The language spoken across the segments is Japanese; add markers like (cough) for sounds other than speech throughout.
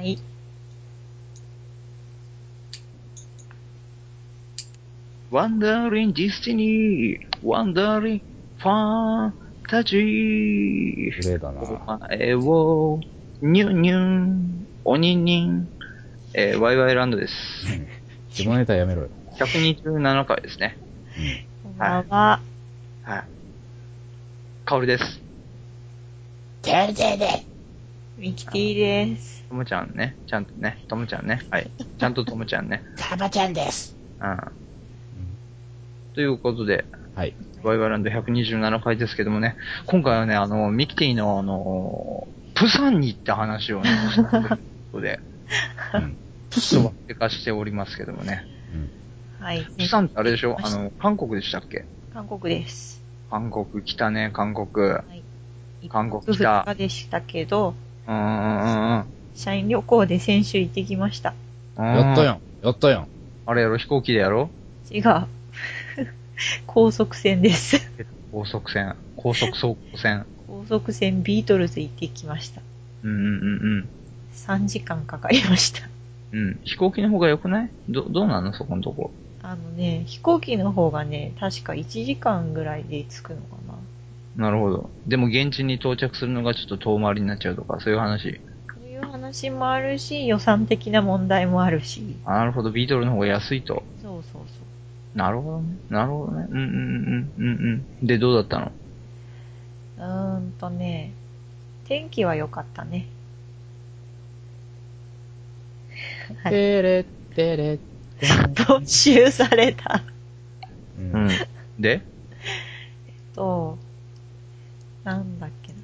いワンダーリンディスティニー、ワンダーリンファンタジー。グレーだな。お前を、ニュンニュン、おにんにん、えー、 (laughs) ワイワイラン (laughs) ドです。自分のネタやめろよ。 127回ですね。こんばんは。はい。かおりです。ミキティです。ともちゃんね。ちゃんとね。ともちゃんね。はい。ちゃんとともちゃんね。たまちゃんです。うん。ということで、はい。ワイワイランド127回ですけどもね、今回はね、あの、ミキティのあの、プサンに行った話 (laughs) をね、したということで、 (laughs) うん。ちょっと忘れかしておりますけどもね。はい。プサンってあれでしょあの、韓国でしたっけ韓国です。韓国来たね、韓国。韓国来2た。日でしたけど、うんうんうんうん。社員旅行で先週行ってきました。うんやったよ。やん。やったやん。あれやろ、飛行機でやろ違う。 (laughs) 高速船です。高速船。高速走行船。高速船ビートルズ行ってきました。うんうんうんうん。 3時間かかりました。うん。飛行機の方が良くないど、どうなのそこのとこ。あのね、飛行機の方がね、確か1時間ぐらいで着くのかな。なるほど。でも現地に到着するのがちょっと遠回りになっちゃうとか、そういう話。そういう話もあるし、予算的な問題もあるし。あなるほど。ビートルの方が安いと。そうそうそう。なるほどね。なるほどね。うんうんうんうんうん。で、どうだったのうーんとね、天気は良かったね。はいてれってれってん没収された。うんうん。でと、なんだっけな。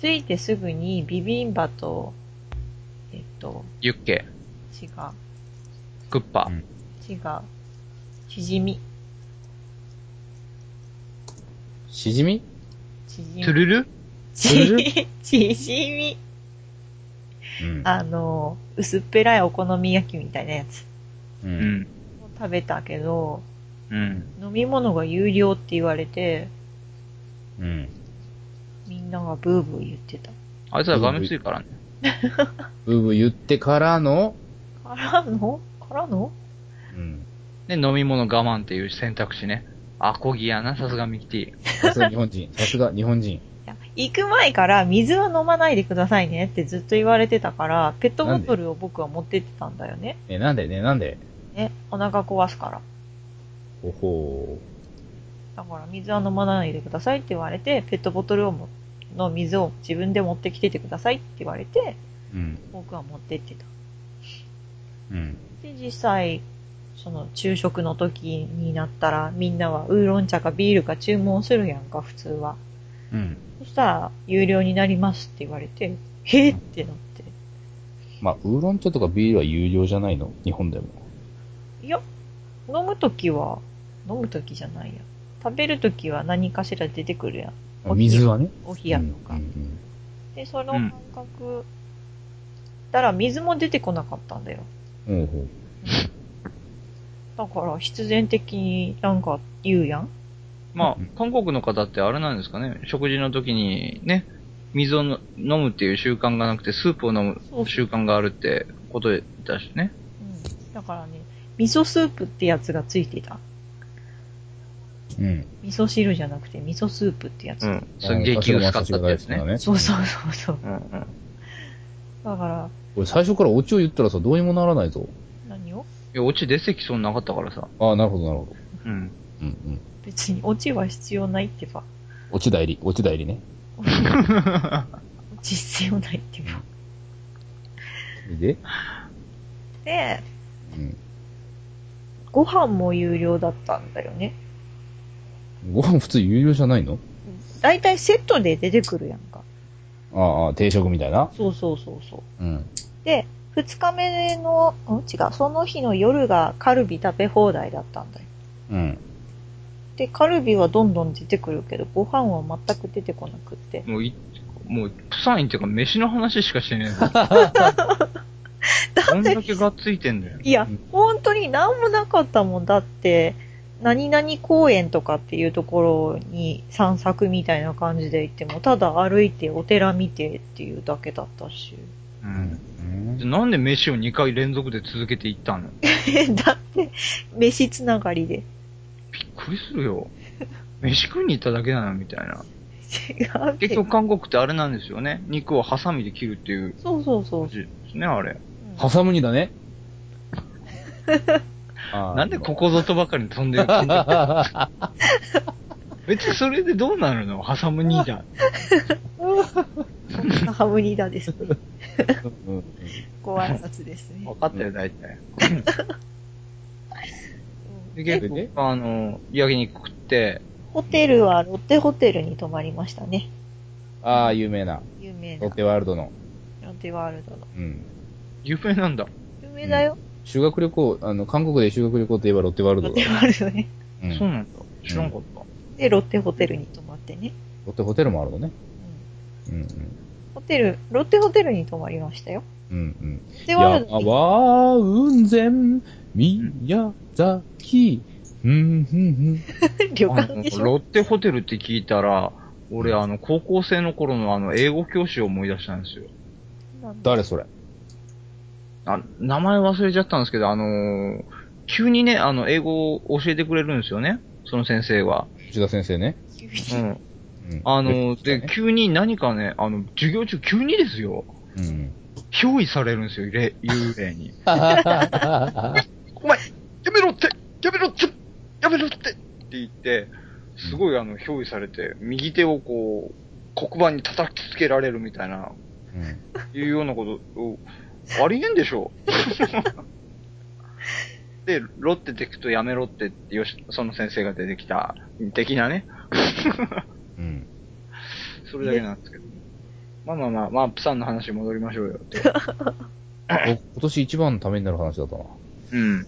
着いてすぐにビビンバと、えっと、ユッケ、違う、クッうパん、違う、チヂミ、しじみチトヂゥミ、ルルチチヂミ、うん。あの、薄っぺらいお好み焼きみたいなやつう。うんん。を食べたけど、うん。飲み物が有料って言われて、うん。みんながブーブー言ってた。あいつらがめついからね。ブーブー言ってからの、からのからのうん。で、飲み物我慢っていう選択肢ね。アコギやな、さすがミキティ。さすが日本人。さすが日本人。いや行く前から水は飲まないでくださいねってずっと言われてたから、ペットボトルを僕は持ってってたんだよね。ね、なんでね、なんでね、お腹壊すから。おほだから水は飲まないでくださいって言われて、ペットボトルをもの水を自分で持ってきててくださいって言われて、ー。うん。僕は持ってってた。うん。で、実際、その昼食の時になったら、みんなはウーロン茶かビールか注文するやんか、普通は。うん。そしたら、有料になりますって言われて、へえってなって。まあ、ウーロン茶とかビールは有料じゃないの日本でも。いや、飲むときは、飲むときじゃないや。食べるときは何かしら出てくるやん。お冷や水はね。お冷やとか。うんうんで、その感覚、だから水も出てこなかったんだよ。うん。おほだから必然的になんか言うやん。まうんあ、韓国の方ってあれなんですかね、食事の時にね、水をの飲むっていう習慣がなくて、スープを飲そうむ習慣があるってことだしね。うん。だからね、味噌スープってやつがついてた。うん。味噌汁じゃなくて味噌スープってやつ。うん。それ激薄かったってやつね。ねそうそうそうそう。うんうん。だから、俺最初からオチを言ったらさ、どうにもならないぞ。何をいや、オチ出てきそうになかったからさ。ああ、なるほど、なるほど。うん。うんうん。別にオチは必要ないってば。オチ代理、オチ代理ね。オチ必要ないってば。で、で、うん。ご飯も有料だったんだよね。ご飯普通有料じゃないのだいたいセットで出てくるやんか。ああああ、定食みたいな。そうそうそうそう。うん。で、二日目の、ん違う、その日の夜がカルビ食べ放題だったんだよ。うん。で、カルビはどんどん出てくるけど、ご飯は全く出てこなくって。もうい、もう、プサン行っていうか、飯の話しかしてね (laughs) えぞ。だどんっだて、けがっついてんだよ。いや、本当に何もなかったもんだって、何々公園とかっていうところに散策みたいな感じで行っても、ただ歩いてお寺見てっていうだけだったし。うん。じゃあなんで飯を2回連続で続けていったのびっ (laughs) だって、飯つながりで。くりするよ。飯食いに行っただけなのみたいな。違うって結局韓国ってあれなんですよね。肉をハサミで切るっていうそうそうそう。う感じんですね、あれ。挟むにだね。 (laughs) あーなんでここぞとばかりに飛んでる (laughs) 別にそれでどうなるのハサム兄じゃん。そんなハムニダですね。うんうんご挨拶ですね。分かったよ、大体。うんで、結それで構、あの、焼肉食って、ホテルはロッテホテルに泊まりましたね。ああ、有名な。有名なロッロテワールドの。ッテワールドの。うん。有名なんだ。有名だよ。修学旅行、あの、韓国で修学旅行といえばロッテワールロドッテだ。ワールドね。うんそうなんだ。知らんかった。で、ロッテホテルに泊まってね。ロッテホテルもあるのね。うんうんホテル、ロッテホテルに泊まりましたよ。うん。うんうん。ロッテワールド山には雲仙、宮崎、うん、うん、うん。旅あ館のでしロょッテホテルって聞いたら、俺、あの、高校生の頃のあの、英語教師を思い出したんですよ。誰それあ、名前忘れちゃったんですけど、あのー急にね、あの、英語を教えてくれるんですよね。その先生が。吉田先生ね。急にうん。うんあの、吉田でね、急に何かね、あの、授業中急にですよ。うんうん。憑依されるんですよ、れ幽霊に。あ (laughs) お前、やめろってやめろってやめろってって言って、すごいあの、憑依されて、右手をこう、黒板に叩きつけられるみたいな、いうようなことを、ありえんでし (laughs) ょで、ロッテで行くとやめろって、よし、その先生が出てきた、的なね。 (laughs) うん。それだけなんですけど。まあまあまあ、まあ、プサンの話戻りましょうよって。お今年一番のためになる話だったな。うん。うん。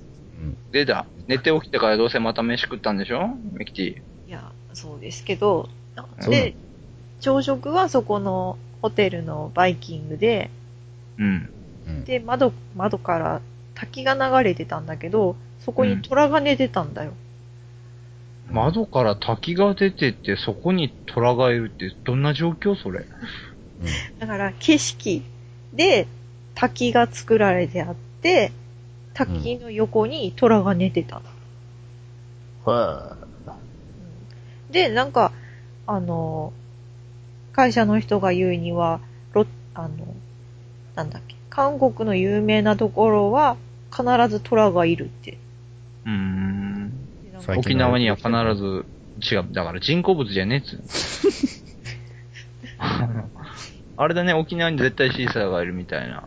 出た。寝て起きてからどうせまた飯食ったんでしょミキテいや、そうですけど、そうなので、朝食はそこのホテルのバイキングで、ィ。うん。うん。で、窓、窓から滝が流れてたんだけど、そこに虎が寝てたんだよ。窓から滝が出てて、そこに虎がいるって、どんな状況それ。だから、景色で滝が作られてあって、滝の横に虎が寝てたの。はで、なんか、あの、会社の人が言うには、ロあの、なんだっけ、韓国の有名なところは必ず虎がいるって。うーん。なんか最沖近縄には必ず、違う、だから人工物じゃねえっつうの (laughs) あれだね、沖縄に絶対シーサーがいるみたいな。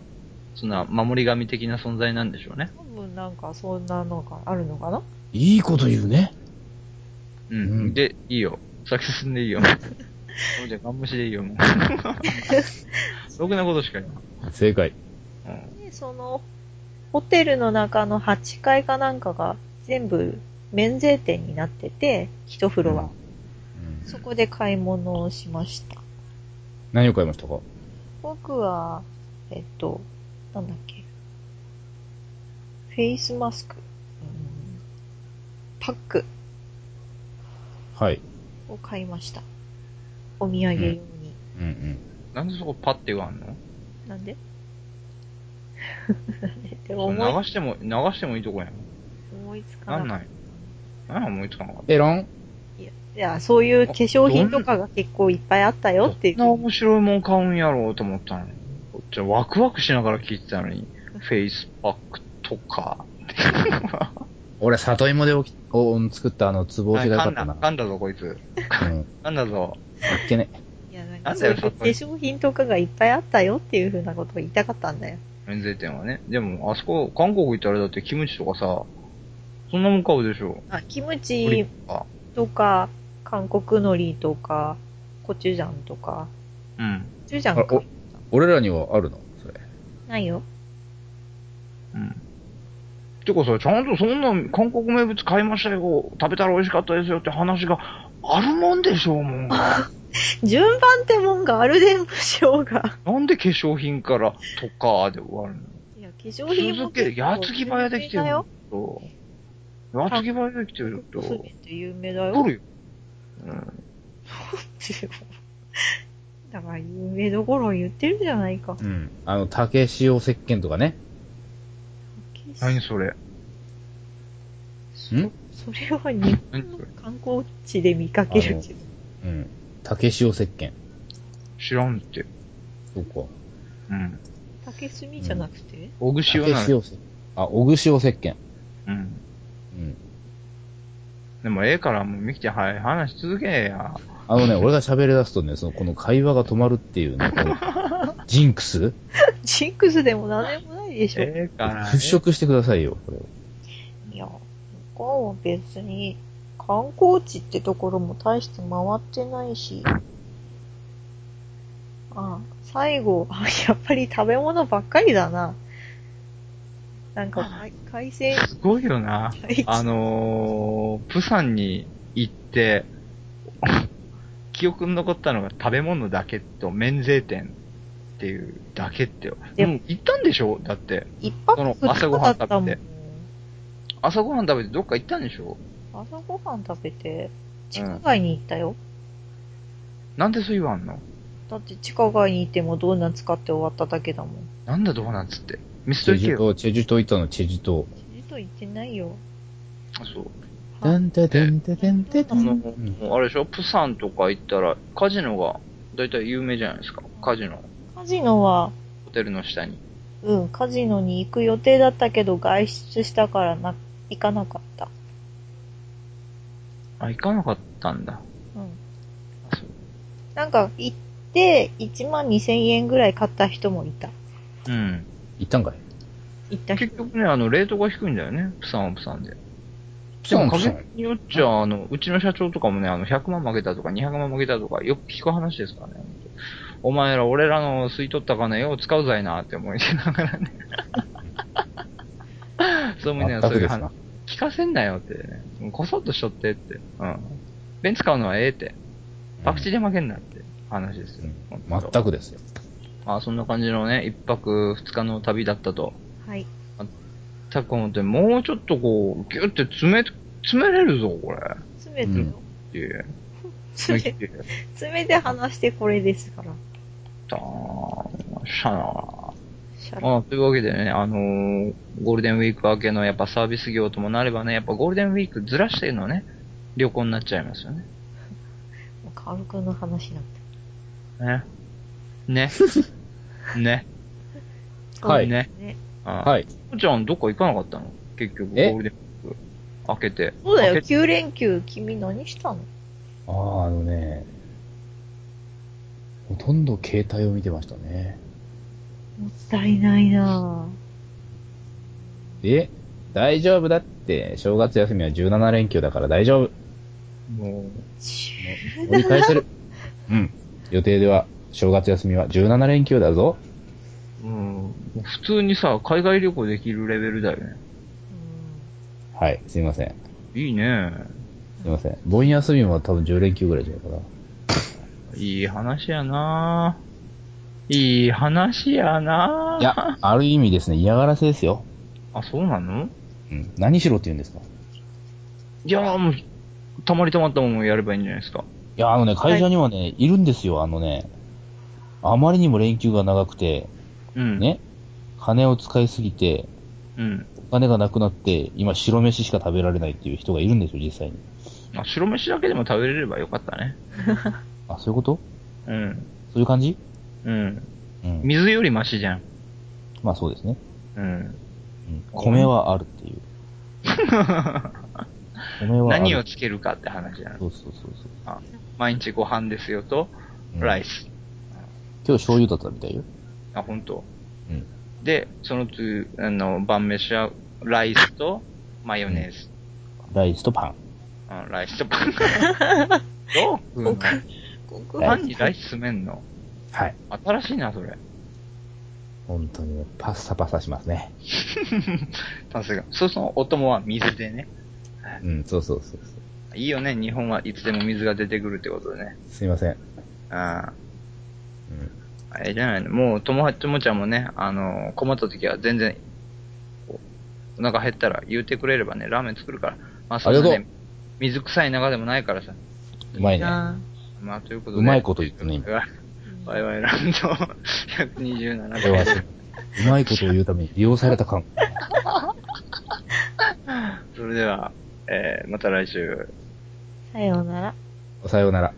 そんな、守り神的な存在なんでしょうね。多分なんかそんなのがあるのかないいこと言うね。うん。うんで、いいよ。先進んでい (laughs) いよ。そうじゃ、ガン無視でいいよ、もう。 (laughs) ろくなことしか言わん正解。うん。で、その、ホテルの中の8階かなんかが全部免税店になってて、一フロア。そこで買い物をしました。何を買いましたか僕は、えっと、なんだっけ。フェイスマスク。うんパックはい。を買いました。お土産用に。うんうん。なんでそこパッて言わんのなんでなんで (laughs) でもそれ思流いしても、流してもいいとこやん。思いつなかなんい。ない。なんや思いつかなかった。ペロンいや、そういう化粧品とかが結構いっぱいあったよっていう。こんな面白いもん買うんやろうと思ったのに。こっちはワクワクしながら聞いてたのに、フェイスパックとか。俺、里芋でおきお作ったあの、つぼ押しが良かっ噛んだ、たな。噛んだぞ、こいつ。うん。い噛んだぞ。けね。いや、なんかそういう化粧品とかがいっぱいあったよっていうふうなことを言いたかったんだよ。免税店はね。でも、あそこ、韓国行ったらだってキムチとかさ、そんなもん買うでしょ。あ、キムオリチーブとか。とか、韓国海苔とか、コチュジャンとか、うん。コチュジャンかあ。俺らにはあるのそれ。ないよ。うん。てかさ、ちゃんとそんな韓国名物買いましたよ、食べたら美味しかったですよって話があるもんでしょうも (laughs) ん。な順番ってもんがあるでんしょうが。んで化粧品からとかで終わるのいや、化粧品も続結け、構矢継ぎ早できてる有名だよ。と。矢継ぎ早できてると。コスメ取って有名だよ。るよ。うん。 (laughs) だから有名どころを言ってるじゃないかう。ん。あの、竹塩石鹸とかね。何それそんそれは日本の観光地で見かけるけど。うん。竹塩石鹸。知らんって。そうか。うん。竹炭じゃなくて、おぐし竹をな塩石あ、小串塩石鹸。うん。うん。でもええから、もうミキちゃん、はい、話し続けや。あのね、俺が喋り出すとね、その、この会話が止まるっていうね、こ (laughs) の、ジンクスジンクスでも何でもないでしょ。ええから。払拭してくださいよ、これを。いや、向こうは別に観光地ってところも大して回ってないし。あ、最後、 (laughs) あやっぱり食べ物ばっかりだな。なんか、かい海鮮、すごいよな。あのー、プサンに行って、 (laughs) 記憶に残ったのが食べ物だけと免税店っていうだけって。ででもも行ったんでしょだって。一泊その二日だった朝ごはん食もん。べて朝ごはん食べてどっか行ったんでしょ朝ごはん食べて、地下街に行ったよ。なんでそう言わんのだって地下街に行ってもドーナツ買って終わっただけだもん。なんだドーナツって。ミスチトェ行けジュよ。島、チェジュ島行ったの、チェジュ島。ちと行ってないよ。あそう。てんててんててんててあの、もん。うあれでしょプサンとか行ったらカジノが大体有名じゃないですか。カジノ。カジノは、ホテルの下に。うん、カジノに行く予定だったけど、外出したからな、行かなかった。あ、行かなかったんだ。うん。あそうなんか、行って、1万2千円ぐらい買った人もいた。うん。行ったんかい行った人結。局ね、あの、レートが低いんだよね。プサンはプサンで。プサンはプでサンも限りによっちゃ、あの、うちの社長とかもね、あの、100万負けたとか200万負けたとか、よく聞く話ですからね。お前ら、俺らの吸い取った金を使うざいなって思いなが (laughs) らね。そうもね、全そうくいうですな話。聞かせんなよってね。もうこそっとしとってって。うん。ペン使うのはええって。博打で負けんなって話ですよ。ほんと全くですよ。あ、そんな感じのね、一泊二日の旅だったと。はい。タコモってもうちょっとこう、ギュって詰め、詰めれるぞ、これ。詰めてよ、っていう。詰め、て詰めて話してこれですから。たー、しゃなシャラあというわけでね、あのーゴールデンウィーク明けのやっぱサービス業ともなればね、やっぱゴールデンウィークずらしてるのはね、旅行になっちゃいますよね。カオルくんの話なん (laughs) ね。ね。ね。だ。はいね。ね。あ。はいい。こちゃん、どっか行かなかったの結局、ゴえールデンウィーク明けて。そうだよ、明け9連休、君何したのああ、あのね、ほとんど携帯を見てましたね。もったいないなえ、大丈夫だって、正月休みは17連休だから大丈夫。もぁ。もう折り返せる。うん。予定では、正月休みは17連休だぞ。う、うん、普通にさ、海外旅行できるレベルだよね。はい、すいません。いいね。すいません。盆休みも多分10連休ぐらいじゃないかな。いい話やなぁいい話やないいや、ある意味ですね、嫌がらせですよ。あ、そうなのうん。何しろって言うんですかいやーもう、たまりたまったもんをやればいいんじゃないですか。いや、あのね、会社にはね、い、るんですよ、あのね。あまりにも連休が長くて、うん。ね、金を使いすぎて、うん。お金がなくなって、今白飯しか食べられないっていう人がいるんですよ、実際に。あ、白飯だけでも食べれればよかったね。あ、そういうことうん。そういう感じうん。うん。水よりマシじゃん。まあそうですね。うん。うん。米はあるって (laughs) いう。米はある。何をつけるかって話じゃん。そうそうそうそう。毎日ご飯ですよと、うんライス。今日醤油だったみたいよ。あ、本当。うん。で、その次、あの、晩飯は、ライスと、マヨネーズ。ライスとパン。うん、ライスとパン。 (laughs) どう食うの極パ端ンにライス詰めんのはい。新しいな、それ。本当にね、パッサパサしますね。さすが。そうそう、お供は水でね。うん、そうそうそうそう。いいよね、日本はいつでも水が出てくるってことでね。すいません。あうん。あ、あれじゃないの。もう、とも、ともちゃんもね、あのー困った時は全然、こうお腹減ったら言うてくれればね、ラーメン作るから。まあ、そんなありがとね、水臭い中でもないからさ。うまいね。なまあ、ということで。うまいこと言ったね、今。今。ワイワイランド127これは、回。うまいことを言うために利用された感。それでは、えー、また来週。さようなら。さようなら。